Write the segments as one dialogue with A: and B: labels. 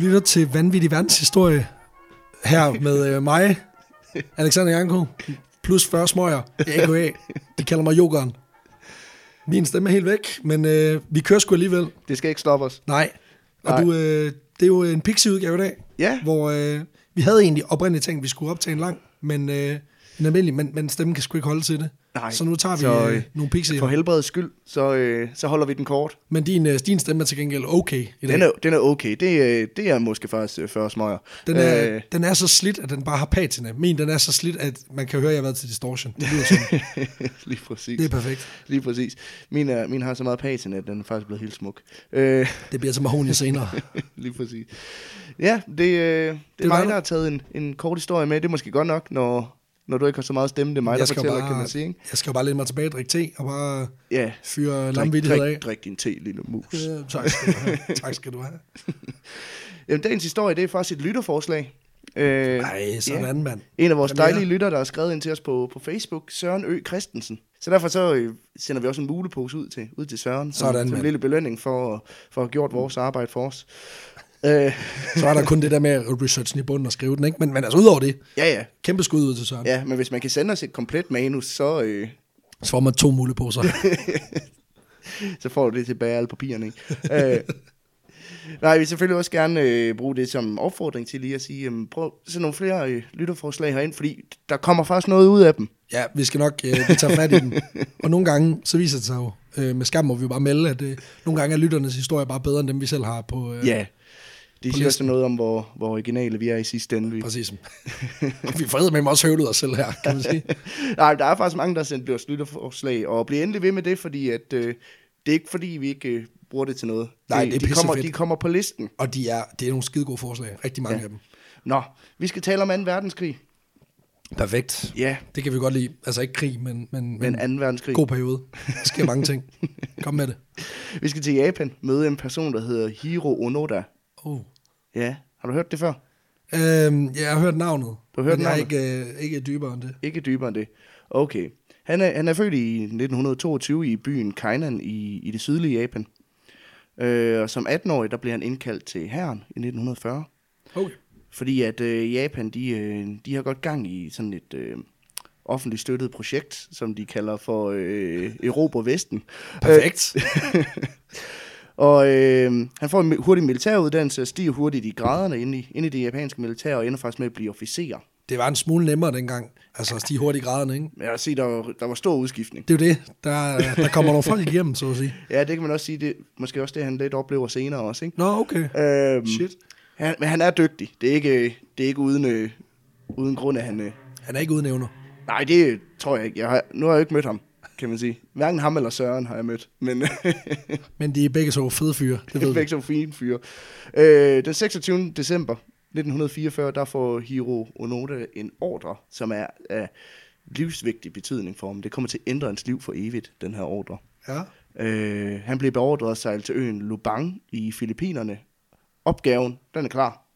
A: lytter til Vanvittig Verdenshistorie her med øh, mig, Alexander Janko, plus 40 smøger, AKA. De kalder mig Jokeren. Min stemme er helt væk, men øh, vi kører sgu alligevel.
B: Det skal ikke stoppe os.
A: Nej. Og
B: Nej.
A: Du, øh, det er jo en pixie-udgave i dag,
B: Ja.
A: hvor øh, vi havde egentlig oprindeligt tænkt, at vi skulle optage en lang, men øh, en almindelig, men, men stemmen kan sgu ikke holde til det.
B: Nej.
A: Så nu tager vi
B: Så,
A: så, øh,
B: øh,
A: nogle
B: For
A: pixier.
B: helbredets skyld, så, øh, så holder vi den kort.
A: Men din, øh, din stemme er til gengæld okay i dag.
B: Den er, den er okay. Det, øh, det er måske faktisk øh, 40 smøger.
A: Den er, øh. den er så slidt, at den bare har patina. Min, den er så slidt, at man kan høre, at jeg har været til Distortion. Det, lyder sådan.
B: lige præcis.
A: det er perfekt.
B: Lige præcis. Min, er, min har så meget patina, at den er faktisk blevet helt smuk. Øh,
A: Det bliver til Mahoney senere.
B: lige præcis. Ja, det, øh, det, det
A: var
B: er mig,
A: det.
B: der har taget en, en kort historie med. Det er måske godt nok, når, når du ikke har så meget stemme. Det er mig, der
A: jeg, skal jo
B: fortæller,
A: bare,
B: kan man sige. Ikke?
A: jeg skal jo bare læne mig tilbage og drikke te, og bare
B: Ja,
A: fyre
B: drik,
A: lamvittighed af.
B: drik, drik din te, lille mus.
A: Øh, tak skal du have. tak skal du have.
B: Jamen, dagens historie, det er faktisk et lytterforslag. Øh,
A: Ej, sådan
B: ja.
A: mand.
B: En af vores
A: Premiere.
B: dejlige lyttere, der har skrevet ind til os på, på Facebook, Søren Ø. Christensen. Så derfor så øh, sender vi også en mulepose ud til, ud til Søren, som,
A: Sådan,
B: som en
A: mand.
B: lille belønning for, at- for at have gjort vores arbejde for os. Øh,
A: Så er der kun det der med at researchen i bunden og skrive den, ikke? Men, men altså, udover det,
B: ja, ja,
A: kæmpe skud ud til Søren. Ja.
B: ja, men hvis man kan sende os et komplet manus, så, øh,
A: Så får man to muleposer.
B: så får du det tilbage alle papirerne. Ikke? øh, nej, vi vil selvfølgelig også gerne øh, bruge det som opfordring til lige at sige, øh, prøv at sende nogle flere øh, lytterforslag herind, fordi der kommer faktisk noget ud af dem.
A: ja, vi skal nok øh, vi tager fat i den. Og nogle gange, så viser det sig jo, øh, med skam må vi jo bare melde, at øh, nogle gange er lytternes historie bare bedre, end dem vi selv har på... Øh,
B: Ja. Det
A: På
B: siger også
A: listen.
B: noget om, hvor, hvor originale vi er i sidste ende. Vi.
A: Præcis. og vi får med også høvlet os selv her, kan man sige.
B: Nej, der er faktisk mange, der har sendt os lytterforslag, og bliv endelig ved med det, fordi at, øh, det er ikke fordi, vi ikke øh, bruger det til noget.
A: Nej,
B: de,
A: det er
B: de, kommer,
A: pissefedt.
B: de kommer på listen.
A: Og de er, det er nogle skide gode forslag. Rigtig mange
B: Ja.
A: ja. af dem.
B: Nå, vi skal tale om 2. verdenskrig.
A: Perfekt.
B: Ja,
A: Det kan vi godt lide. Altså ikke krig, men, men, men,
B: men 2. verdenskrig.
A: god periode. Der sker mange ting. Kom med det.
B: Vi skal til Japan, møde en person, der hedder Hiro Onoda.
A: Oh.
B: Ja, har du hørt det før?
A: Øhm, ja, jeg har hørt navnet.
B: Du har hørt
A: men jeg er
B: navnet?
A: ikke, øh, ikke dybere end det.
B: Ikke dybere end det. Okay. Han er, han er født i 1922 i byen Kainan i, i det sydlige Japan. Øh, og som 18-årig, der blev han indkaldt til herren i 1940.
A: Okay.
B: Fordi at øh, Japan, de, øh, de har godt gang i sådan et øh, offentligt støttet projekt, som de kalder for øh, Europa Vesten. Øh,
A: Perfekt.
B: Og øh, han får en mi- hurtig militæruddannelse og stiger hurtigt i graderne inde i, inde i det japanske militær og ender faktisk med at blive officer.
A: Det var en smule nemmere dengang. Altså at stige hurtigt i graderne, ikke?
B: Men jeg vil sige, der var, der var stor udskiftning.
A: Det er jo det. Der, der kommer nogle folk igennem, så at sige.
B: Ja, det kan man også sige, det måske også det, han lidt oplever senere også, ikke?
A: Nå, okay.
B: Øhm,
A: Shit.
B: Han, men han er dygtig. Det er ikke, øh, det er ikke uden, øh, uden grund, at han... Øh,
A: Han er ikke udnævner.
B: nej, det tror jeg ikke. Jeg har, nu har jeg jo ikke mødt ham, kan man sige. Hverken ham eller Søren har jeg mødt. Men
A: Men de er begge så fede fyre. Det ved vi.
B: begge som fine fyre. Øh, den 26. december 1944, der får Hiro Onoda en ordre, som er af livsvigtig betydning for ham. Det kommer til at ændre hans liv for evigt, den her ordre.
A: Ja.
B: Øh, han blev beordret at sejle til øen Lubang i Filippinerne. Opgaven, den er klar.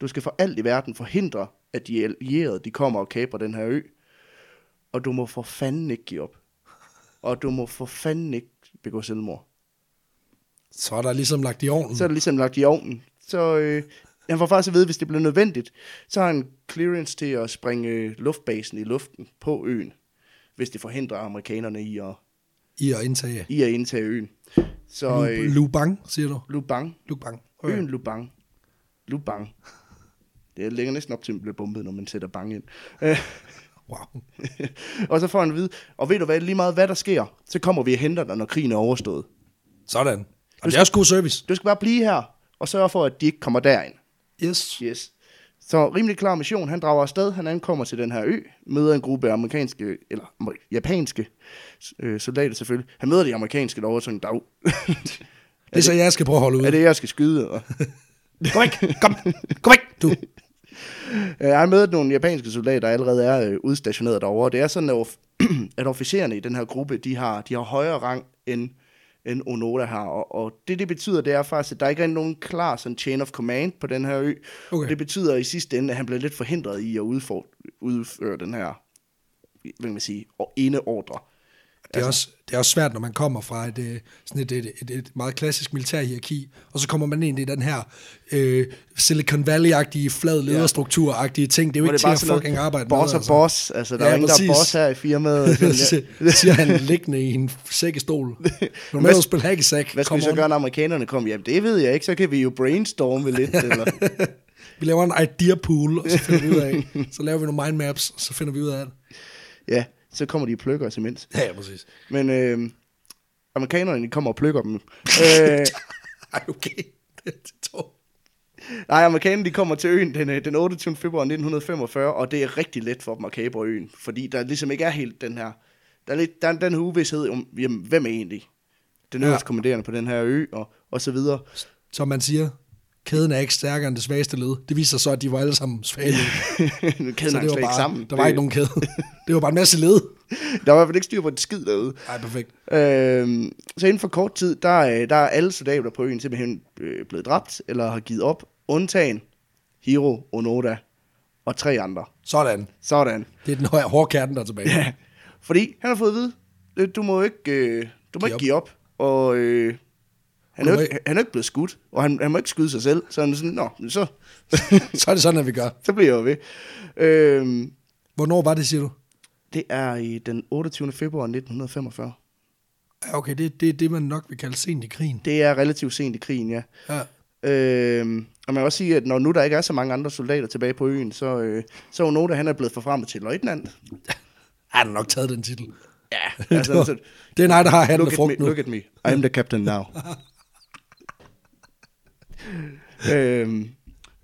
B: Du skal for alt i verden forhindre, at de allierede de kommer og kaprer den her ø. Og du må for fanden ikke give op. Og du må for fanden ikke begå selvmord.
A: Så er der ligesom lagt i ovnen.
B: Så er det ligesom lagt i ovnen. Så øh, han får faktisk at vide, hvis det bliver nødvendigt, så har han clearance til at springe øh, luftbasen i luften på øen, hvis det forhindrer amerikanerne i at,
A: I at indtage.
B: i at indtage øen. Så
A: Lu-
B: øh,
A: Lubang, siger du?
B: Lubang
A: Lubang. Okay.
B: Øen Lubang. Lubang. Det ligger næsten op til, at den bliver bombet, når man sætter bang ind. Øh,
A: Wow.
B: og så får han at vide, og ved du hvad, lige meget hvad der sker, så kommer vi og henter dig, når krigen er overstået.
A: Sådan. Og det er også god service.
B: Du skal bare blive her, og sørge for, at de ikke kommer derind.
A: Yes.
B: Yes. Så rimelig klar mission. Han drager afsted, han ankommer til den her ø, møder en gruppe af amerikanske, eller amer- japanske øh, soldater selvfølgelig. Han møder de amerikanske derovre, sådan, dag.
A: Det er så, jeg skal prøve at holde ud.
B: er det, jeg skal skyde? Og-
A: Kom væk! Kom! Kom væk! Du.
B: Øh, Jeg har mødt nogle japanske soldater, der allerede er øh, udstationeret derovre. Det er sådan, at, of- at officererne i den her gruppe, de har, de har højere rang end, end Onoda har. Og, og det, det betyder, det er faktisk, at der ikke er nogen klar sådan, chain of command på den her ø.
A: Okay.
B: Okay. Det betyder i sidste ende, at han bliver lidt forhindret i at udføre, udføre den her hvad kan man sige, og- ene ordre.
A: Det er, altså. også, det er også svært, når man kommer fra et, øh, sådan et, et, et, et meget klassisk militærhierarki, og så kommer man ind i den her øh, Silicon Valley-agtige, flad lederstruktur-agtige ting. Det er jo ikke
B: Hvor det
A: til
B: er bare
A: at
B: sådan noget
A: fucking arbejde
B: boss
A: med.
B: og boss. Altså, der ja,
A: Ja,
B: er ingen, der er
A: præcis.
B: boss her i firmaet. Sådan, ja.
A: Det altså. siger han liggende i en sækkestol.
B: Hvad-
A: Normalt spiller hackesæk.
B: Hvad skal vi så gøre, når amerikanerne kommer? Jamen, det ved jeg ikke. Så kan vi jo brainstorme lidt. Eller...
A: Vi laver en idea pool, og så finder vi ud af, så laver vi nogle mind maps, og så finder vi ud af det.
B: Ja, så kommer de og plukker os imens.
A: Ja, ja præcis.
B: Men øh, amerikanerne de kommer og plukker dem. øh,
A: Ej, okay. Det er to.
B: nej, amerikanerne de kommer til øen den, øh, den 28. februar 1945, og det er rigtig let for dem at kapre øen, fordi der ligesom ikke er helt den her... Der er, lidt, der er den her uvidshed om, jamen, hvem er egentlig den
A: Ja.
B: øverste kommanderende på den her ø, og, og så videre.
A: Som man siger, kæden er ikke stærkere end det svageste led. Det viser sig så, at de var alle sammen svage led.
B: Kæden hang
A: Så det
B: slet
A: var
B: ikke
A: bare,
B: sammen.
A: der var ikke nogen kæde. Det var bare en masse led.
B: Der var i hvert fald ikke styr på et skid derude.
A: Ej, perfekt.
B: Øhm, så inden for kort tid, der, er- der er alle soldater på øen simpelthen øh, blevet dræbt, eller har givet op, undtagen Hiro, Onoda og tre andre.
A: Sådan.
B: Sådan.
A: Det er den høje hårdkærten, der er tilbage.
B: Ja. Fordi han har fået at vide, øh, du må ikke, øh, du
A: Give
B: må ikke
A: op.
B: give op. Og øh, han,
A: Du
B: er jo
A: må
B: ikke,
A: ikke-
B: han er jo ikke blevet skudt, og han, han må ikke skyde sig selv. Så han er sådan, nå, men så,
A: Så er det sådan, at vi gør.
B: så bliver jeg jo ved. Øhm,
A: Hvornår var det, siger du?
B: det er i den 28. februar 1945.
A: Ja, Okay, det er det, er det, man nok vil kalde sent i krigen.
B: Det er relativt sent i krigen, ja.
A: Ja.
B: Øhm, og man kan også sige, at når nu der ikke er så mange andre soldater tilbage på øen, så, øh, så er Onoda, han er blevet forfremmet til løjtnant.
A: Han har nok taget den titel.
B: Ja, altså, så,
A: Det er nej, der har handlet
B: look, at
A: frugt
B: me,
A: nu.
B: look at me, I'm the captain now. øhm,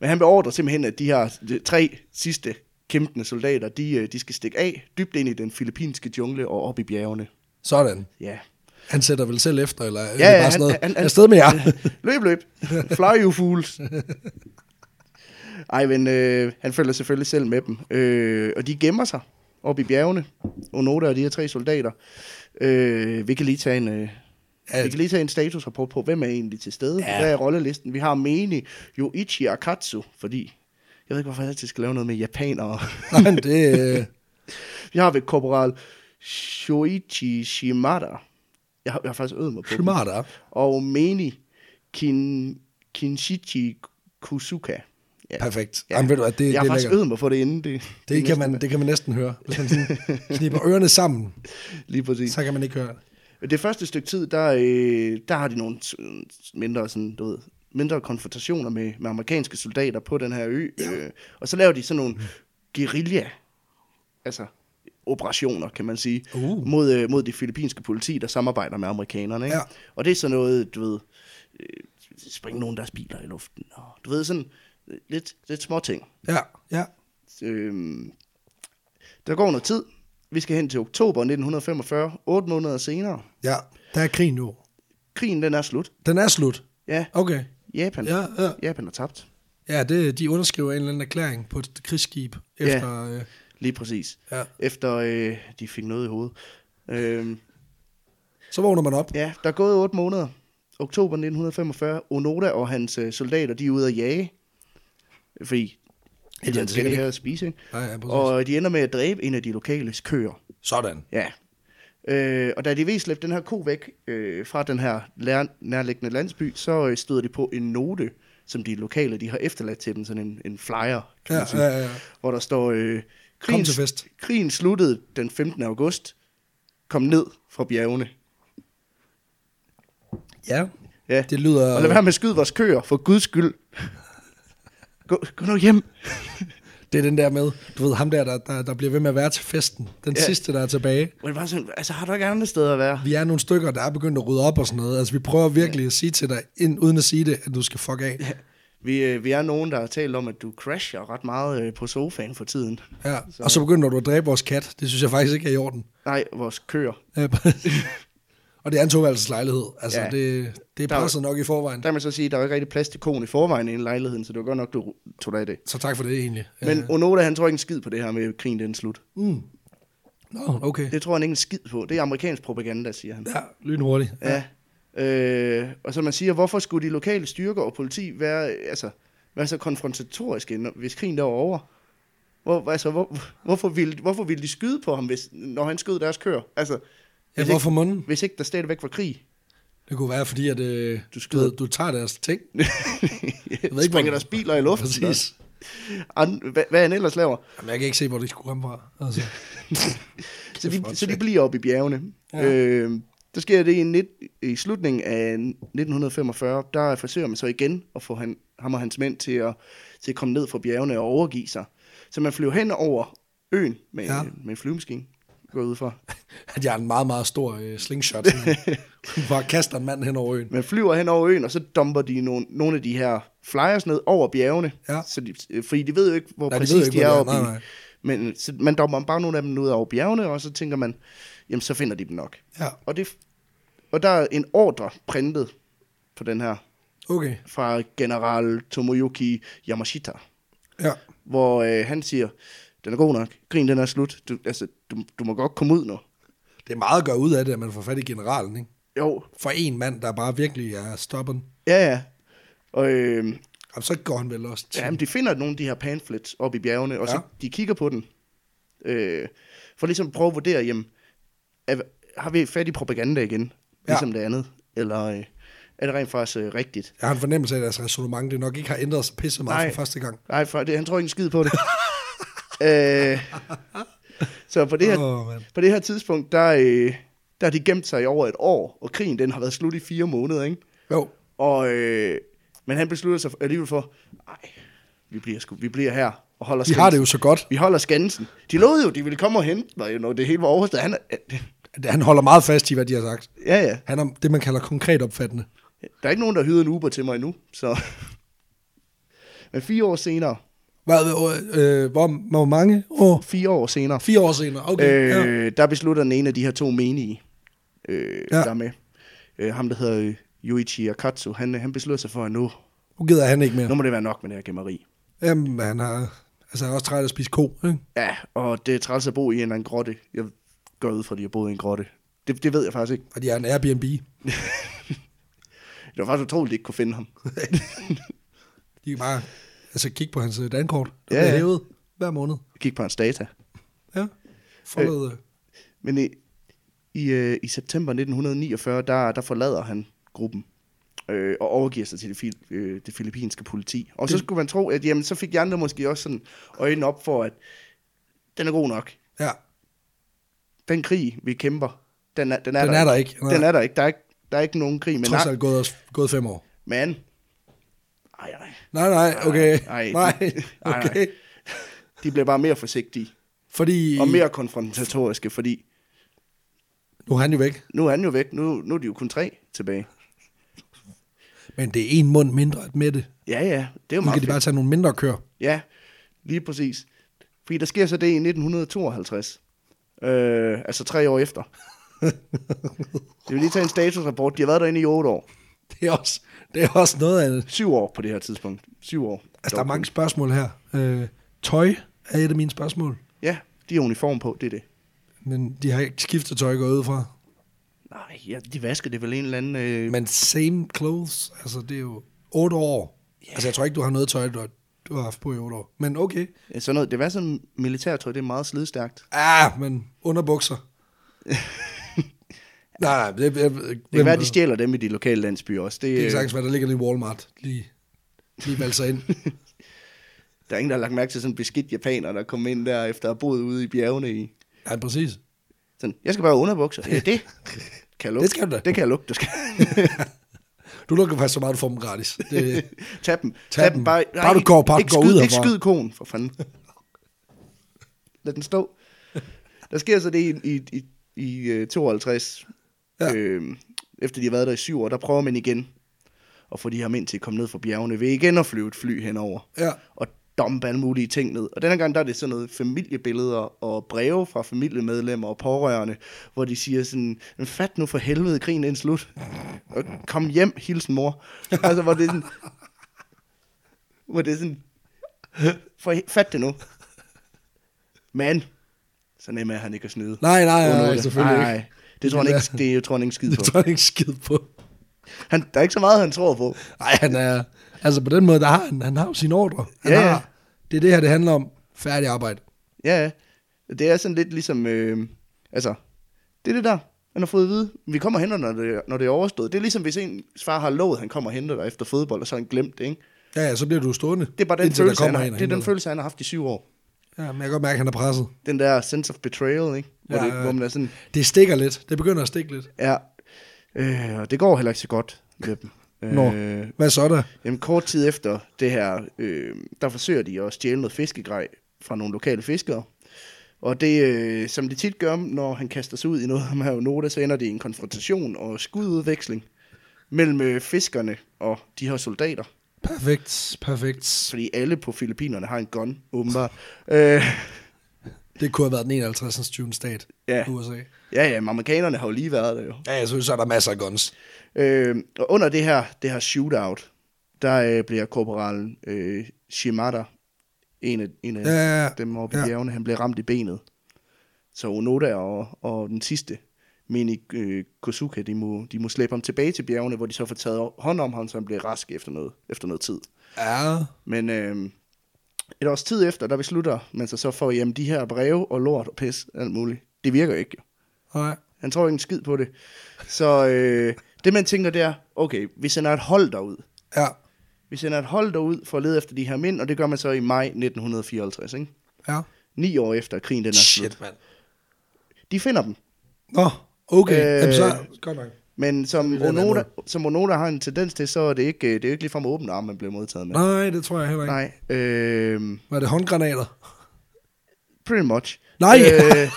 B: men han beordrer simpelthen, at de her de tre sidste kæmpende soldater, de, øh, de skal stikke af dybt ind i den filippinske jungle og op i bjergene.
A: Sådan.
B: Ja.
A: Han sætter vel selv efter, eller ja, ja, bare sådan noget.
B: han- han-
A: Afsted med jer.
B: løb, løb. Fly, you fools. Ej, men øh, han følger selvfølgelig selv med dem. Øh, og de gemmer sig oppe i bjergene. Onoda og de her tre soldater. Øh, vi, kan lige tage en, øh,
A: Ja.
B: vi kan lige tage en statusrapport på, hvem er egentlig til stede.
A: Ja.
B: Hvad er rollelisten? Vi har Meni, Yoichi Akatsu, fordi... Jeg ved ikke, hvorfor jeg altid skal lave noget med japanere.
A: Nej, men det, øh,
B: Vi har ved korporal Shoichi Shimada. Jeg har, jeg har faktisk øvet mig på dem
A: smart op.
B: og Meni Kin, Kinshichi Kusuka. Ja.
A: Perfekt. Ja. Jamen, ved du hvad, det,
B: jeg har
A: det er
B: faktisk
A: lækkert.
B: øvet mig for det inden. Det,
A: Det kan, man, det kan man næsten høre. Hvis man sådan kniber ørerne sammen,
B: Lige præcis.
A: så kan man ikke høre det.
B: Det første stykke tid, der, øh, der har de nogle t- mindre, sådan, du ved, mindre konfrontationer med, med amerikanske soldater på den her ø. Øh, og så laver de sådan nogle guerilla, altså operationer, kan man sige,
A: Uh.
B: mod, øh, mod det filippinske politi, der samarbejder med amerikanerne. Ikke?
A: Ja.
B: Og det er sådan noget, du ved, øh, springe nogle af deres biler i luften, og du ved, sådan øh, lidt, lidt små ting.
A: Ja, ja.
B: Øhm, der går noget tid. Vi skal hen til oktober 1945, otte måneder senere.
A: Ja, der er krig nu.
B: Krigen, den er slut.
A: Den er slut.
B: Ja,
A: Okay.
B: Japan.
A: Ja, ja.
B: Japan er tabt.
A: Ja, det, de underskriver en eller anden erklæring på et krigsskib efter... Ja. Øh,
B: Lige præcis.
A: ja.
B: Efter øh, de fik noget i hovedet. Øhm,
A: Så vågner man op.
B: ja, der er gået otte måneder. Oktober 1945. Onoda og hans øh, soldater, de er ude at jage. Fordi
A: Ja, altså
B: de skal
A: sikkert
B: det
A: ikke.
B: her at spise, ikke?
A: Ja, ja, præcis.
B: Og de ender med at dræbe en af de lokale køer.
A: Sådan.
B: Ja. Øh, og da de ved slæbe den her ko væk øh, fra den her lær- nærliggende landsby, så øh, støder de på en note, som de lokale de har efterladt til dem, sådan en, en flyer, kan
A: Ja,
B: man sige,
A: ja, ja, ja.
B: hvor der står, øh,
A: Kom
B: krigen,
A: til fest.
B: krigen sluttede den 15. august, kom ned fra bjergene.
A: Ja.
B: Ja.
A: Det lyder...
B: Og lad være med at skyde vores køer, for guds skyld. Gå, gå nu hjem.
A: Det er den der med, du ved, ham der, der, der, der bliver ved med at være til festen. Den
B: Ja.
A: ja. sidste, der er tilbage.
B: Men bare sådan, altså, har du ikke andre steder at være?
A: Vi er nogle stykker, der er begyndt at rydde op og sådan noget. Altså, vi prøver virkelig at sige til dig, ind, uden at sige det, at du skal fuck af.
B: Vi, øh, vi er nogen, der har talt om, at du crasher ret meget øh, på sofaen for tiden.
A: Ja. Og så begynder du at dræbe vores kat. Det synes jeg faktisk ikke er i orden.
B: Nej, vores køer.
A: Ja, præcis. og det er en toværelses lejlighed. Altså,
B: Ja.
A: ja. det, det
B: Der
A: er
B: er-
A: presset nok i forvejen.
B: Der kan man så sige, at der var ikke rigtig plads til koen i forvejen inde i lejligheden, så det var godt nok, du tog dig af det.
A: Så tak for det egentlig. Ja.
B: Men Onoda, han tror ikke en skid på det her med, at krigen den er slut.
A: Mm. Nå, okay.
B: Det tror han ikke en skid på. Det er amerikansk propaganda, siger han.
A: Ja, lynhurtigt. Ja.
B: Ja. Øh, og som man siger, hvorfor skulle de lokale styrker og politi være, øh, altså, være så konfrontatoriske, når, hvis krigen der var over? Hvor, altså, hvor, hvorfor, ville, hvorfor ville de skyde på ham, hvis, når han skød deres køer? Altså,
A: Ja,
B: ikke-
A: hvorfor munden?
B: Hvis ikke der stadigvæk var krig,
A: Det kunne være, fordi at, øh,
B: Du
A: du,
B: skyder-
A: skyder. Du, ved, du tager deres ting.
B: jeg
A: hvor-
B: ved ikke, springer deres biler i luften.
A: Præcis.
B: Og, hvad, hvad han ellers laver.
A: Jamen, jeg kan ikke se, hvor det skulle komme fra. Altså. for
B: Så de, så de
A: åndssvagt.
B: bliver oppe i bjergene. Ja.
A: Ja.
B: Øh, der sker det i, nit, i slutningen af 1945, der forsøger man så igen at få han, ham og hans mænd til at, til at komme ned fra bjergene og overgive sig. Så man flyver hen over øen med, ja.
A: Ja.
B: med en flyvemaskine, går jeg ud fra.
A: At jeg er en meget, meget stor øh, slingshot. sådan. Hun bare kaster en mand hen over øen.
B: Man flyver hen over øen, og så dumper de nogle, nogle af de her flyers ned over bjergene.
A: Ja.
B: Så de, øh, fordi de ved jo ikke, hvor
A: Nej, de
B: præcis
A: ved
B: de,
A: jo ikke,
B: de er
A: hvor de er.
B: oppe i.
A: Nej, nej.
B: Men så man dumper bare nogle af dem ud over bjergene, og så tænker man, jamen så finder de dem nok.
A: Ja,
B: Og, det, og der er en ordre printet på den her
A: okay.
B: fra general Tomoyuki Yamashita,
A: Ja.
B: hvor øh, han siger, den er god nok, grin den er slut, du, altså, du, du må godt komme ud nu.
A: Det er meget at gøre ud af det, at man får fat i generalen, ikke?
B: Jo,
A: For en mand, der bare virkelig er stubborn.
B: ja ja. Og øh,
A: Jamen, så går han vel også til.
B: jamen, de finder nogle af de her pamphlets op i bjergene, og ja. så
A: Ja.
B: de kigger på den, øh, for ligesom at prøve at vurdere, jamen, er, har vi fat i propaganda igen,
A: Ja.
B: ligesom det andet, eller øh, er det rent faktisk øh, rigtigt?
A: Jeg har en fornemmelse af, at deres resonemang det nok ikke har ændret sig pisse meget
B: Nej.
A: Nej. for første gang.
B: Nej, for det, han tror ikke en skid på det. øh, så på det, her,
A: Åh, mand.
B: på det her tidspunkt, der, øh, der har de gemt sig i over et år, og krigen den har været slut i fire måneder, ikke?
A: Jo,
B: Og, øh, men han beslutter sig alligevel for, nej, vi bliver, sgu, vi bliver her og holder
A: de har det jo så godt.
B: Vi holder skansen. De lovede jo, de ville komme og hente mig, jo, når det hele var overstået. Han, er-
A: Han holder meget fast i, hvad de har sagt.
B: ja, ja.
A: Han er det, man kalder konkret opfattende.
B: Der er ikke nogen, der hyrede en Uber til mig endnu, så... Men fire år senere,
A: Hvad, øh, hvor, hvor mange år?
B: fire år senere,
A: Fire år senere. Okay, øh, ja.
B: Øh, der beslutter den ene af de her to menige, øh, ja.
A: Ja.
B: der er med. Øh, ham, der hedder øh, Yuichi Akatsu, han, øh, han beslutter sig for, at nu,
A: Nu gider han ikke mere.
B: nu må det være nok med det her gemmeri.
A: Jamen, han har... Altså, han er også træt af at spise ko, ikke?
B: Ja, og det er træls at bo i en eller anden grotte. Jeg går ud fra, at de har boet i en grotte. Det, det ved jeg faktisk ikke.
A: Og de har en Airbnb.
B: Det var faktisk utroligt, at de ikke kunne finde ham.
A: De kan bare... Altså, kigge på hans øh, dankort. Der
B: Ja,
A: ja, bliver
B: ja.
A: hævet hver måned.
B: Jeg gik på hans data.
A: Ja. For
B: Øh.
A: noget, øh.
B: Men i, i, øh, i september 1949, der, der forlader han gruppen øh, og overgiver sig til det, fil, øh, det filippinske politi. Og så skulle man tro, at jamen, så fik de andre måske også sådan øjnene op for, at den er god nok.
A: Ja.
B: Den krig, vi kæmper, den er, den er,
A: Den
B: der,
A: er der ikke. Nej.
B: Den er der ikke. Der er ikke, der er ikke nogen krig, men
A: Trods
B: nej,
A: alt gået, os, gået fem år.
B: man. Ej, ej,
A: Nej, nej, okay.
B: Ej,
A: Nej,
B: ej.
A: nej,
B: Ej, nej.
A: okay.
B: de bliver bare mere forsigtige
A: Fordi...
B: og mere konfrontatoriske, fordi
A: Nu er han jo væk.
B: nu er han jo væk. Nu, nu er de jo kun tre tilbage.
A: Men det er en mund mindre at med det.
B: Ja, ja, det er jo
A: Nu
B: meget
A: kan de
B: fedt.
A: bare tage nogle mindre kør.
B: Ja, lige præcis. Fordi der sker så det i 1952. Øh, altså tre år efter. Jeg vil lige tage en statusrapport. De har været derinde i otte år.
A: Det er også, det er også noget af...
B: Syv år på det her tidspunkt. Syv år.
A: Altså, der er mange spørgsmål her. Øh, tøj er et af mine spørgsmål.
B: Ja, de har uniform på, det er det.
A: Men de har ikke skiftet tøj gået ud fra.
B: Nej, ja, de vasker det vel en eller anden... Øh...
A: Men same clothes, altså det er jo otte år. Yeah. Altså jeg tror ikke, du har noget tøj, du har, du har haft på i otte år. Men okay.
B: Men... Sådan noget. Det var sådan militærtøj, det er meget slidstærkt.
A: Ah, men underbukser. nej, nej. Det, jeg, det
B: Det kan være, de stjæler dem i de lokale landsbyer også. Det,
A: Det
B: øh,
A: kan sagtens være, der ligger lige Walmart. Lige, lige valgt sig ind.
B: der er ingen, der har lagt mærke til sådan en beskidt japaner, der kom ind der efter at have boet ude i bjergene i...
A: ja, præcis.
B: Sådan, jeg skal bare have underbukser. Ja, det kan jeg lugte.
A: Det skal du da.
B: Det kan jeg lugte, du skal.
A: Du lukker faktisk så meget, du får dem gratis. Det,
B: Tag dem.
A: Tag dem.
B: Bare,
A: Bare du går- bare du
B: ikke
A: går
B: skyd,
A: ud
B: Ikke
A: herfra.
B: skyd konen, for fanden. Lad den stå. Der sker så det i, i, i, i øh, 52. Ja.
A: Ja.
B: Øh, efter de har været der i syv år, der prøver man igen at få de her mænd til at komme ned fra bjergene ved igen at flyve et fly henover.
A: ja.
B: Og dumpe alle mulige ting ned. Og denne gang, der er det sådan noget familiebilleder og breve fra familiemedlemmer og pårørende, hvor de siger sådan, "Men fat nu for helvede, krigen er en slut. Og kom hjem, hilsen mor. altså, hvor det er sådan, hvor det er sådan, for, fat det nu. Men, så nem er han ikke at snyde.
A: Nej, nej, nej,
B: Under
A: nej,
B: det.
A: selvfølgelig
B: nej,
A: ikke.
B: nej. Det tror han ikke, det er- tror han ikke en skid
A: Det
B: på.
A: tror jeg ikke skid på.
B: Han, der er ikke så meget, han tror på.
A: Nej, han er... Altså på den måde, der har han, han har jo sin ordre. Han
B: Ja, ja.
A: har, det er det her, det handler om. Færdig arbejde.
B: Ja, ja. det er sådan lidt ligesom, øh, altså, det er det der. Han har fået at vide, vi kommer og henter, når det, når det er overstået. Det er ligesom, hvis ens far har lovet, at han kommer og henter dig efter fodbold, og så har han glemt det, ikke?
A: Ja, ja, så bliver du stående.
B: Det er bare den,
A: indtil der
B: følelse, han,
A: kommer
B: har,
A: en og
B: det er den
A: henter
B: følelse, han har haft i syv år.
A: dig. Ja, men jeg kan godt mærke, at han er presset.
B: Den der sense of betrayal, ikke? Hvor,
A: Ja,
B: ja, det,
A: ja.
B: hvor man er sådan,
A: Det stikker lidt. Det begynder at stikke lidt.
B: ja, øh, og det går heller ikke så godt med dem.
A: Nå.
B: Øh,
A: Hvad så der?
B: jamen, kort tid efter det her, øh, der forsøger de at stjæle noget fiskegrej fra nogle lokale fiskere. Og det, øh, som de tit gør, når han kaster sig ud i noget med Noda, så ender det i en konfrontation og skududveksling mellem øh, fiskerne og de her soldater.
A: Perfekt, perfekt.
B: Fordi alle på Filippinerne har en gun, åbenbart. øh,
A: Det kunne have været den 51. 20. stat
B: Ja.
A: i USA.
B: ja, ja, men amerikanerne har jo lige været der jo.
A: Ja, jeg synes, så er der masser af guns.
B: Øh, og under det her, det her shootout, der øh, bliver korporalen øh, Shimada, en af, en af
A: Ja, ja, ja.
B: dem oppe i
A: Ja.
B: bjergene, han bliver ramt i benet. Så Onoda og, og den sidste, Mini øh, Kosuke, de må, de må slæbe ham tilbage til bjergene, hvor de så får taget hånd om ham, så han bliver rask efter noget, efter noget tid.
A: Ja,
B: Men øh, et års tid efter, der beslutter man sig så for, jamen de her breve og lort og pis, alt muligt, det virker jo ikke jo.
A: nej.
B: Han tror ikke en skid på det. Så øh, det man tænker, det er, okay, vi sender et hold derud.
A: Ja,
B: Vi sender et hold derud for at lede efter de her mænd, og det gør man så i maj 1954, ikke?
A: ja.
B: Ni år efter at krigen den er slut.
A: mand.
B: De finder dem.
A: Nå, okay.
B: Øh,
A: Øh, Jamen, så... Godt nok.
B: Men som
A: ved, hvad
B: Onoda,
A: det
B: som Onoda har en tendens til, så er det ikke, øh, det er jo ikke ligefrem åbne arme, man bliver modtaget med.
A: Nej, det tror jeg heller ikke. Nej.
B: Nej. Øh,
A: Var det håndgranater?
B: pretty much.
A: Nej!
B: Øh,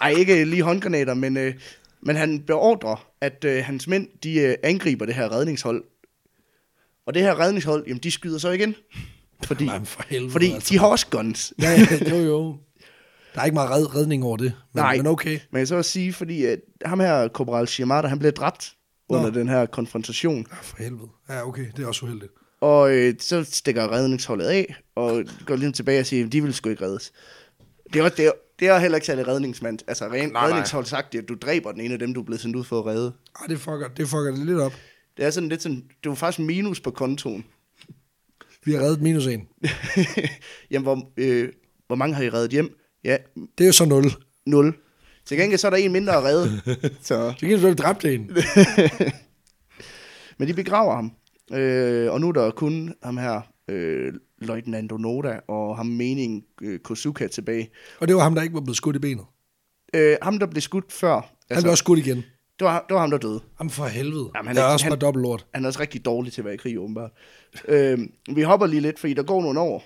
B: ej, ikke lige håndgranater, men, øh, men han beordrer, at øh, hans mænd, de øh, angriber det her redningshold. Og det her redningshold, jamen de skyder så igen. Fordi,
A: Jamen, for helvede,
B: fordi
A: altså.
B: de har også guns.
A: Ja, ja, jo, jo. Der er ikke meget red- redning over det. Men,
B: Nej.
A: men okay.
B: Men jeg så også sige, fordi at ham her, Korporal Shimada, han blev dræbt
A: Nå.
B: under den her konfrontation.
A: Ja, for helvede. Ja, okay. Det er også uheldigt.
B: Og øh, så stikker redningsholdet af, og går lidt tilbage og siger, at de vil sgu ikke reddes. Det er, også, det, er, det er heller ikke særlig redningsmand. Altså, ren,
A: nej.
B: redningshold sagt, at du dræber den ene af dem, du er blevet sendt ud for at redde.
A: Ej, det fucker det, fucker det lidt op.
B: Det er sådan lidt sådan, det var faktisk minus på kontoen.
A: Vi har reddet minus en.
B: Jamen, hvor, øh, hvor mange har I reddet hjem? Ja,
A: Det er jo så nul.
B: nul. Til gengæld så er der en mindre at redde. så.
A: Det kan du have dræbt en.
B: Men de begraver ham. Øh, og nu er der kun ham her, øh, Leutnant Onoda, og ham meningen øh, Kosuka tilbage.
A: Og det var ham, der ikke var blevet skudt i benet.
B: Øh, ham, der blev skudt før,
A: Han
B: altså,
A: blev også skudt igen.
B: det, var, det var ham, der døde.
A: Jamen for helvede.
B: Jamen,
A: Jamen, han
B: han
A: det
B: er
A: er
B: ikke-
A: også
B: han-
A: bare dobbelt lort.
B: Han er også rigtig dårlig til at være i krig, åbenbart. Øh, vi hopper lige lidt, fordi der går nogle år.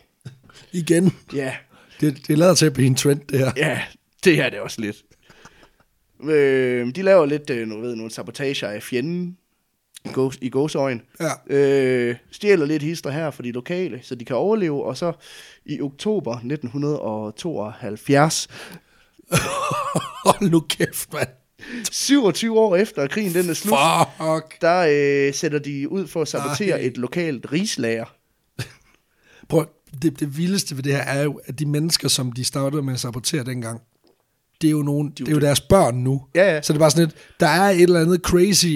A: Igen.
B: Ja,
A: Det, det lader til at blive en trend, det her.
B: Ja, det er det også lidt. Øh, de laver lidt øh, nu ved, nogle sabotager af fjenden i gås- i gåsøjen.
A: Ja.
B: Øh, stjæler lidt hister her for de lokale, så de kan overleve. Og så i oktober 1972,
A: Hold nu kæft, mand.
B: 27 år efter at krigen den er slut,
A: Fuck.
B: der øh, sætter de ud for at sabotere
A: Nej.
B: et lokalt rislager.
A: Prøv, det, det vildeste ved det her er jo, at de mennesker, som de startede med at sabotere dengang, det er jo, nogen, det er jo deres børn nu.
B: Ja, ja.
A: Så det er bare sådan lidt, der er et eller andet crazy,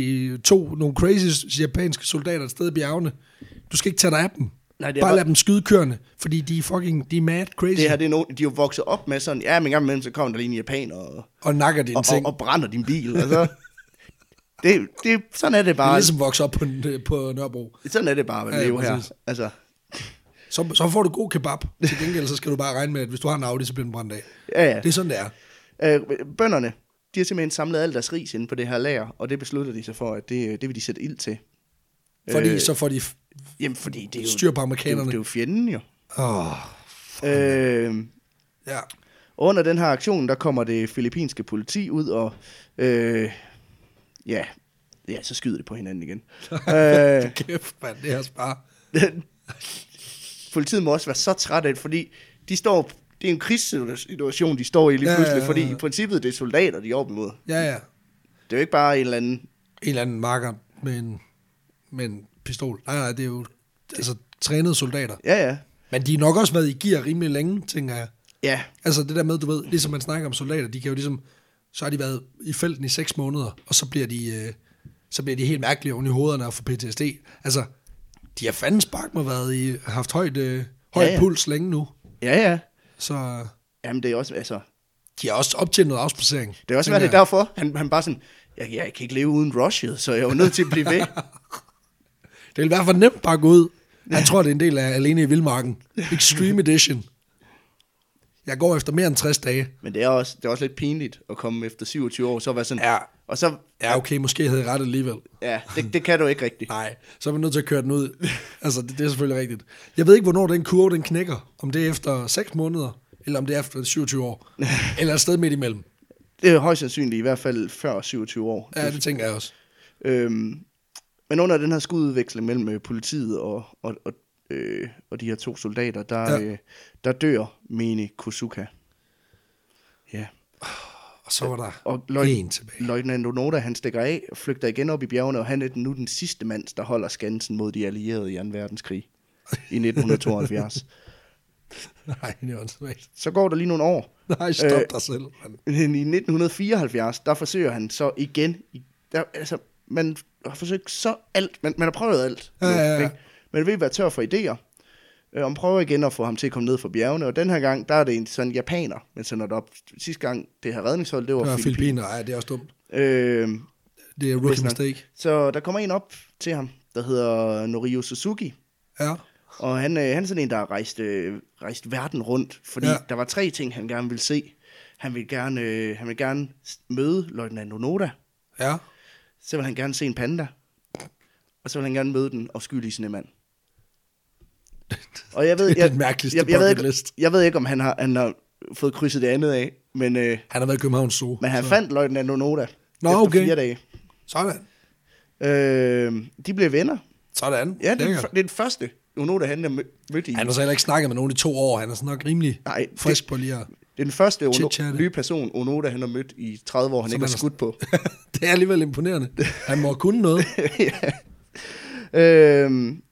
A: to, nogle crazy japanske soldater et sted i bjergene. Du skal ikke tage dig af dem.
B: Nej, det er
A: bare
B: bare-
A: lad dem skyde kørende, fordi de er fucking, de er mad crazy,
B: Det her, det er nogen, de er jo vokset op med sådan, ja, men engang imellem, så kommer der lige en japaner og,
A: og nakker dine
B: og, og,
A: ting.
B: og brænder din bil. Altså. Det, det, sådan er det
A: Det er
B: bare.
A: ligesom vokser op på, en- på Nørrebro.
B: Sådan er det bare med
A: Ja, ja,
B: Leo her.
A: præcis.
B: Altså,
A: Så, så får du god kebab. Til gengæld, så skal du bare regne med, at hvis du har en Audi, så bliver den brændt af.
B: ja, ja.
A: Det er sådan, det er.
B: Øh, bønderne, de har simpelthen samlet alt deres ris inde på det her lager, og det beslutter de sig for, at det, det vil de sætte ild til.
A: Fordi
B: Øh,
A: så får de...
B: Jamen, fordi det er jo,
A: Styr på
B: Det,
A: amerikanerne.
B: er jo- det er jo fjenden jo.
A: Åh,
B: Øh,
A: ja.
B: og under den her aktion, der kommer det filippinske politi ud, og øh, ja, ja, så skyder det på hinanden igen. øh,
A: Kæft, mand, det er også bare...
B: politiet må også være så træt af det, fordi de står, det er en krigssituation, de står i lige
A: Ja, ja,
B: pludselig, ja,
A: ja,
B: fordi
A: ja.
B: i princippet det er soldater, de er op imod.
A: Ja, ja.
B: Det er jo ikke bare en eller anden
A: En eller anden marker med en, med en pistol. Nej, nej, det er jo altså, trænede soldater.
B: Ja, ja.
A: Men de har nok også været i gear rimelig længe, tænker jeg.
B: Ja,
A: Altså det der med, du ved, ligesom man snakker om soldater, de kan jo ligesom, så har de været i felten i seks måneder, og så bliver de, øh, så bliver de helt mærkelige oven i hovederne og får PTSD. Altså, de har fandens spark med været i, haft højt, øh, højt
B: Ja,
A: ja,
B: ja.
A: ja. puls længe nu.
B: ja, ja.
A: Så
B: Jamen, det er også, altså,
A: De har også optjent noget afspassering.
B: Det er også været det er derfor, han, han bare sådan, jeg, jeg kan ikke leve uden rushet, så jeg er jo nødt til at blive ved.
A: Det vil være for nemt bare at gå ud. Jeg tror, det er en del af Alene i Vildmarken. Extreme Edition. Jeg går efter mere end 60 dage.
B: Men det er, også, det er også lidt pinligt at komme efter 27 år, så at være sådan,
A: Ja.
B: og så,
A: Ja, okay, måske havde jeg ret alligevel.
B: ja, det, det kan du ikke rigtigt.
A: Nej, så er man nødt til at køre den ud. Altså, det, det er selvfølgelig rigtigt. Jeg ved ikke, hvornår den kurve, den knækker. Om det er efter 6 måneder, eller om det er efter 27 år. Eller et sted midt imellem.
B: Det er højst sandsynligt i hvert fald før 27 år.
A: Ja, det tænker jeg også.
B: Øhm, men under den her skududveksling mellem øh, politiet og, og, og, øh, og de her to soldater, der,
A: Ja.
B: ja. øh, der dør Mene Kosuka. Ja.
A: Og så var der
B: Og
A: en
B: løjt,
A: tilbage.
B: løjtnant Onoda, han stikker af og flygter igen op i bjergene, og han er den- nu den sidste mand, der holder skansen mod de allierede i 2. verdenskrig i 1972.
A: Nej, det er åndssvagt.
B: Så går der lige nogle år.
A: Nej, stop
B: Øh.
A: øh. dig selv. mand.
B: Men I 1974, der forsøger han så igen. i- Der, altså, man har forsøgt så alt. Man, man har prøvet alt.
A: Ja, ja, ja.
B: Ikke? Men ved at være tør for idéer. Øh, Og man prøver igen at få ham til at komme ned fra bjergene. Og den her gang, der er det en sådan japaner, man sender det op. Sidste gang, det her redningshold, det var
A: Det var
B: Filippin.
A: Filippiner. Nej, det er også dumt.
B: Øh,
A: Det er rookie
B: Vestland.
A: mistake.
B: så der kommer en op til ham, der hedder Norio Suzuki.
A: Ja.
B: Og han, øh, han er sådan en, der har rejst, øh, rejst verden rundt, fordi
A: Ja.
B: ja. der var tre ting, han gerne ville se. Han ville gerne, øh, han ville gerne s- møde Løjtnant Onoda,
A: Ja.
B: så ville han gerne se en panda, og så ville han gerne møde den afskyelige snemand. Og jeg ved,
A: Det er
B: jeg,
A: den mærkeligste
B: jeg, jeg, ved ikke,
A: bucketlist.
B: jeg ved ikke, om han har, han har fået krydset det andet af, men, øh,
A: Han har været i Københavns Zoo.
B: men han
A: så.
B: fandt Løjtnant Onoda
A: Nå,
B: efter
A: okay.
B: fire dage.
A: Sådan.
B: Øh, de blev venner.
A: Sådan.
B: Ja, det er,
A: Lækkert.
B: den- det er den første Onoda, han er mødt i.
A: Han har så heller ikke snakket med nogen i to år. Han er sådan nok rimelig
B: Nej, det-
A: frisk på lige at...
B: Det er den første
A: Chit-chatte.
B: ono- nye person, Onoda, han har mødt i 30 år, han
A: Som
B: ikke
A: han
B: har
A: har-
B: skudt på.
A: det er alligevel imponerende. Han må kunne noget.
B: øhm,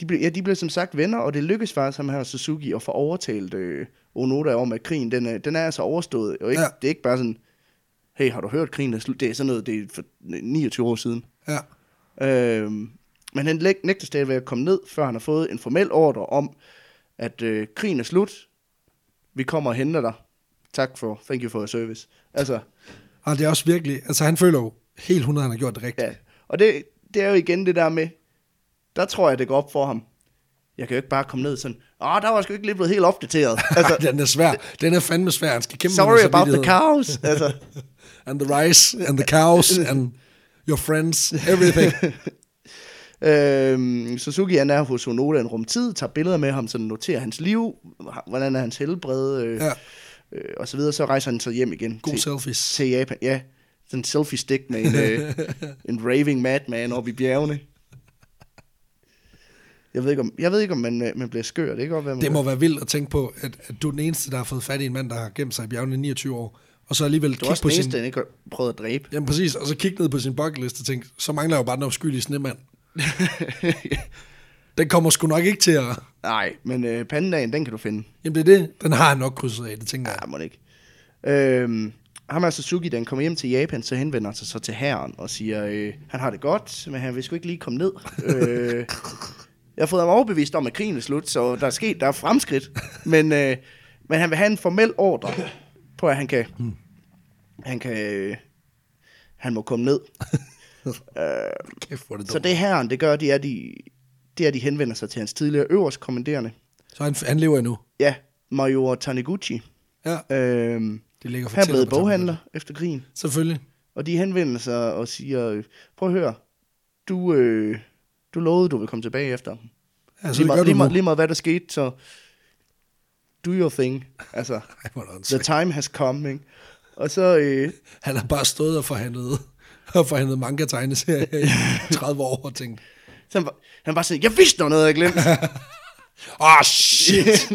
B: de blev, ja, de blev som sagt venner, og det lykkedes faktisk ham her Suzuki at få overtalt øh, Onoda om, at krigen den er, den er altså overstået. Og ikke,
A: Ja.
B: ja. det er ikke bare sådan, hey, har du hørt krigen? Er slut? Det er sådan noget, det er for 29 år siden.
A: Ja.
B: Øhm, men han læg- nægter stadigvæk at komme ned, før han har fået en formel ordre om, at øh, krigen er slut. Vi kommer og henter dig. Tak for, thank you for your service. Altså,
A: Og det er også virkelig... Altså, han føler jo helt 100, han har gjort det rigtigt.
B: Ja, og det, det er jo igen det der med, der tror jeg, det går op for ham. Jeg kan jo ikke bare komme ned sådan, åh, der var jeg sgu ikke lige blevet helt opdateret.
A: Altså,
B: altså,
A: den er svær. Den er fandme svær. Han skal kæmpe med
B: sorry
A: noget
B: about the
A: samvittighed.
B: cows. Altså,
A: And the rice, and the cows, and your friends, everything.
B: øhm, Suzuki han er hos Onoda en rum tid, tager billeder med ham, sådan noterer hans liv, hvordan er hans helbred, øh,
A: Ja.
B: ja. øh, og så videre. Så rejser han så hjem igen
A: God
B: til,
A: selfies.
B: til Japan. Ja, sådan en selfie stick med en, øh, en raving madman oppe i bjergene. Jeg ved ikke, om, jeg ved ikke, om man, øh, man bliver skør. Det kan godt være, man
A: Det må være vildt at tænke på, at, at du er den eneste, der har fået fat i en mand, der har gemt sig i bjergene i 29 år, og så alligevel
B: Det var
A: kigge
B: også
A: på
B: den
A: sin...
B: eneste, han ikke har prøvet at dræbe.
A: Jamen præcis, og så kigge ned på sin bucketlist og tænke, så mangler jeg jo bare den opskyldige snemand. Den kommer sgu nok ikke til at...
B: Nej, men øh, pandaen, den kan du finde.
A: Jamen det er det, den har han nok krydset af, det tænker jeg.
B: Nej, må det ikke. Øhm, ham er Suzuki, da han kommer hjem til Japan, så henvender han sig så til herren og siger, øh, han har det godt, men han vil sgu ikke lige komme ned. øh, jeg har fået ham overbevist om, at krigen er slut, så der er sket, der er fremskridt. Men, øh, men han vil have en formel ordre på, at han kan, han kan, øh, han må komme ned. Øh,
A: Kæft, hvor er det
B: Så
A: dumt.
B: det herren, det gør, det er, de, det er, de henvender sig til hans tidligere øverstkommanderende.
A: Så han, han lever endnu.
B: Ja, Major Taniguchi.
A: Ja,
B: Øhm,
A: det ligger
B: han er
A: fortæller
B: blevet
A: på tanken.
B: boghandler efter krigen.
A: Selvfølgelig.
B: Og de henvender sig og siger, øh, prøv at høre, du, øh, du lovede, du ville komme tilbage efter ham.
A: Ja, så
B: lige,
A: det gør
B: meget,
A: du
B: lige,
A: nu.
B: meget, lige meget, hvad der skete, så do your thing. Altså,
A: Ej, hvor er det
B: the
A: åndssvagt.
B: time has come, ikke? Og så, øh,
A: Han har bare stået og forhandlet, og forhandlet manga-tegneserier i 30 år og tænkt,
B: så han, var, han var sådan, jeg vidste, der var noget, jeg glemte.
A: ah oh, shit,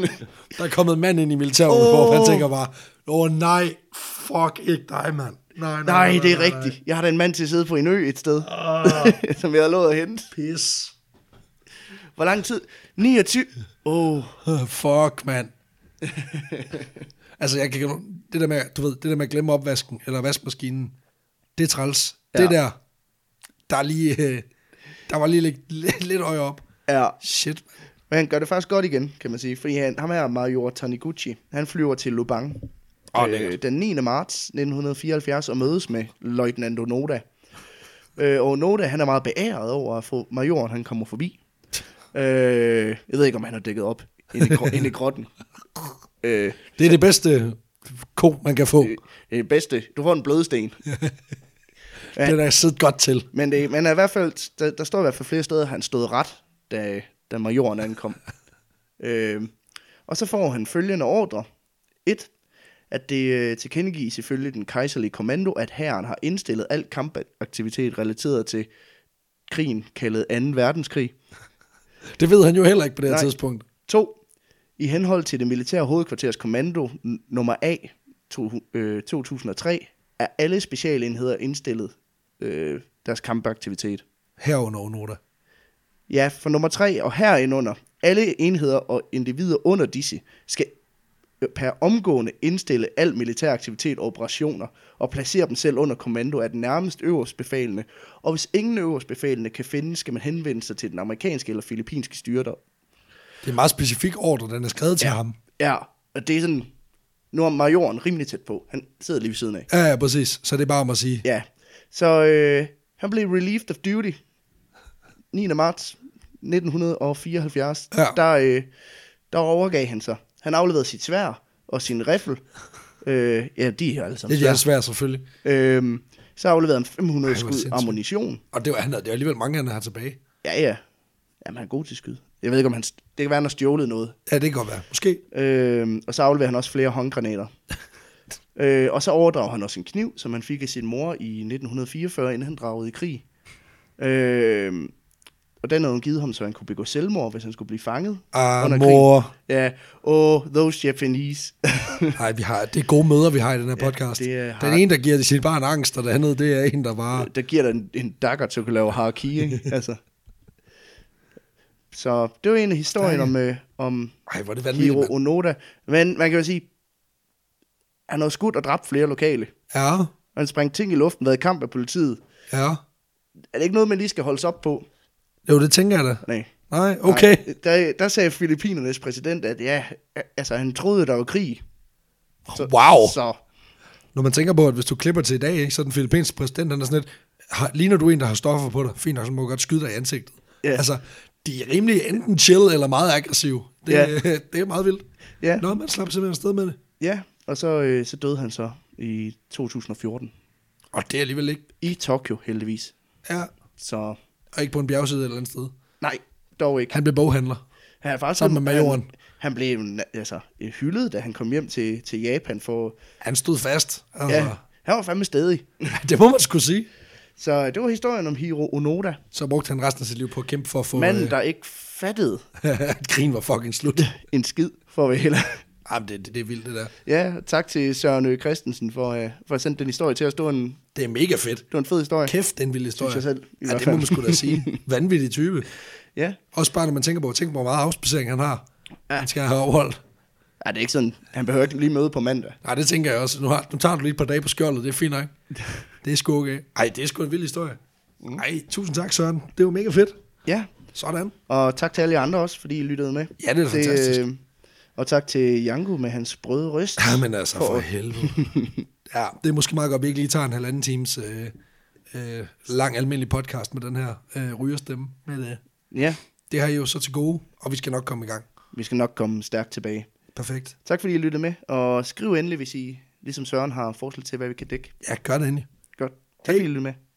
A: der er kommet en mand ind i militæruniform, oh.
B: Åh.
A: han tænker bare, åh oh, nej, fuck ikke dig, mand. Nej, nej,
B: Nej, Ah. det er rigtigt. Jeg har da en mand til at sidde på en ø et sted, som jeg har lovet at hente.
A: Pis.
B: Hvor lang tid? 29. Åh, oh,
A: Ah, Fuck, mand. altså, jeg kan, det der med, du ved, det der med at glemme opvasken, eller vaskemaskinen, det er træls. Ja.
B: Ja.
A: Det der, der er lige, øh, der var lige lidt, lidt, lidt øje op.
B: ja.
A: Shit, mand.
B: Men han gør det faktisk godt igen, kan man sige. Fordi han, ham her, Major Taniguchi, han flyver til Lubang. oh, øh, den 9. marts 1974 og mødes med løjtnant Onoda. Øh, og Onoda, han er meget beæret over, at få majoren han kommer forbi. Øh, jeg ved ikke, om han har dækket op inde i, gro- inde i grotten. Øh,
A: Det er det bedste ko, man kan få.
B: det, det er det bedste. Du får en blødsten.
A: Ja. Det er der siddet godt til.
B: Men, det, men er i hvert fald, der, der står i hvert fald flere steder, at han stod ret, da, da majoren ankom. øh, og så får han følgende ordre. 1. At det øh, tilkendegives ifølge den kejserlige kommando, at hæren har indstillet al kampaktivitet relateret til krigen kaldet 2. verdenskrig.
A: Det ved han jo heller ikke på det her
B: Nej.
A: tidspunkt.
B: 2. I henhold til det militære hovedkvarters kommando n- nummer A to, øh, 2003 er alle specialenheder indstillet øh, deres kampaktivitet.
A: Herunder Onoda.
B: Ja, for nummer tre og herindunder, alle enheder og individer under disse skal øh, per omgående indstille al militær aktivitet og operationer og placere dem selv under kommando af den nærmest øverstbefalende. Og hvis ingen øverstbefalende kan finde, skal man henvende sig til den amerikanske eller filippinske styrter.
A: Det er en meget specifik ordre, den er skrevet til ja. ham.
B: Ja, og det er sådan, nu er majoren rimelig tæt på. Han sidder lige ved siden af.
A: Ja, ja, præcis. Så det er bare om at sige. Ja.
B: Ja, så øh, han blev relieved of duty 9. marts 1974.
A: Ja.
B: Der, øh, der overgav han sig. Han afleverede sit svær og sin riffel. Øh, ja, de er alle sammen
A: Det er
B: svær.
A: svært selvfølgelig.
B: Øhm, så afleverede han 500
A: Ej, hvor er det
B: skud
A: sindssygt.
B: ammunition.
A: Og det, var, han, havde- det er alligevel mange, han har tilbage.
B: Ja, ja. Jamen, han er god til skyd. Jeg ved ikke, om han... st- Det kan være, han har stjålet noget.
A: Ja, det kan godt være. Måske.
B: Øhm, og så afleverer han også flere håndgranater. øh, og så overdrager han også en kniv, som han fik af sin mor i 1944, inden han dragede i krig. Øh, og den havde hun givet ham, så han kunne begå selvmord, hvis han skulle blive fanget
A: Ah,
B: under
A: mor.
B: Ja, oh, those Japanese.
A: Nej, vi har, det er gode møder, vi har i den her podcast.
B: det er
A: den
B: har-
A: ene, der giver det sit barn angst, og den anden, det er en, der bare...
B: der giver dig en, en dagger til at kunne lave haraki, ikke? altså. Så det var en af historien om, øh, om
A: Ej, hvor er det vanvittigt,
B: Hiro
A: mand.
B: Onoda. Men man kan jo sige, han har skudt og dræbt flere lokale.
A: Ja,
B: Og han sprang ting i luften, været i kamp med politiet.
A: ja.
B: Er det ikke noget, man lige skal holdes op på?
A: Jo, det tænker jeg da.
B: Nej.
A: Nej, okay.
B: Nej. Der, der sagde Filippinernes præsident, at ja, altså han troede, der var krig.
A: Wow.
B: Så
A: Når man tænker på, at hvis du klipper til i dag, ikke, så er den filippinske præsident, han er sådan lidt, "Har- ligner du en, der har stoffer på dig? Fint nok, så må du godt skyde dig i ansigtet.
B: Ja.
A: Altså, de er rimelig enten chill eller meget aggressiv. Det,
B: Ja.
A: det er meget vildt.
B: Ja.
A: Nå, man slapper simpelthen afsted med det.
B: ja, og så, øh, så døde han så i 2014.
A: Og det er alligevel ikke.
B: I Tokyo, heldigvis.
A: Ja,
B: Så
A: og ikke på en bjergside et eller andet sted.
B: nej, dog ikke.
A: Han blev boghandler.
B: Han er faktisk
A: Sammen med majoren.
B: Han, han blev en- altså, øh, hyldet, da han kom hjem til, til Japan. For,
A: Han stod fast. Altså,
B: ja, han var fandme stedig.
A: Det må man skulle sige.
B: Så det var historien om Hiro Onoda.
A: Så brugte han resten af sit liv på at kæmpe for at få...
B: Manden, der ikke fattede
A: øh, at krigen var fucking slut.
B: en skid, for at være helt
A: Jamen, det, det, det er vildt, det der.
B: Ja, tak til Søren Ø. Christensen for, uh, for at sende den historie til os. Det var en,
A: Det er mega fedt.
B: det var en fed historie.
A: Kæft, den vild historie.
B: Synes jeg selv, i
A: ja,
B: hvert
A: det må
B: fald.
A: man skulle da sige. Vanvittig type.
B: Ja.
A: Også bare, når man tænker på, tænk på, hvor meget afspacering han har. Ja.
B: Ja.
A: Han skal have overholdt.
B: Ej, det er ikke sådan, han behøver ikke lige møde på mandag.
A: Nej, det tænker jeg også. Nu, har, nu tager du lige et par dage på skjoldet, det er fint nok. Det er sgu okay. Ej, det er sgu en vild historie.
B: Mm.
A: Ej, tusind tak, Søren. Det var mega fedt.
B: Ja,
A: Sådan.
B: og tak til alle jer andre også, fordi I lyttede med.
A: Ja, det er fantastisk.
B: øh, og tak til Jango med hans sprøde røst.
A: Jamen altså, for
B: For-
A: helvede. ja, det er måske meget godt, at vi ikke lige tager en halvanden times øh, øh, lang almindelig podcast med den her øh, rygerstemme. Men øh,
B: Ja,
A: det har I jo så til gode, og vi skal nok komme i gang.
B: vi skal nok komme stærkt tilbage.
A: Perfekt.
B: Tak fordi I lyttede med, og skriv endelig, hvis I, ligesom Søren, har forslag til, hvad vi kan dække.
A: Ja, gør det endelig.
B: Godt. Tak fordi I lyttede med.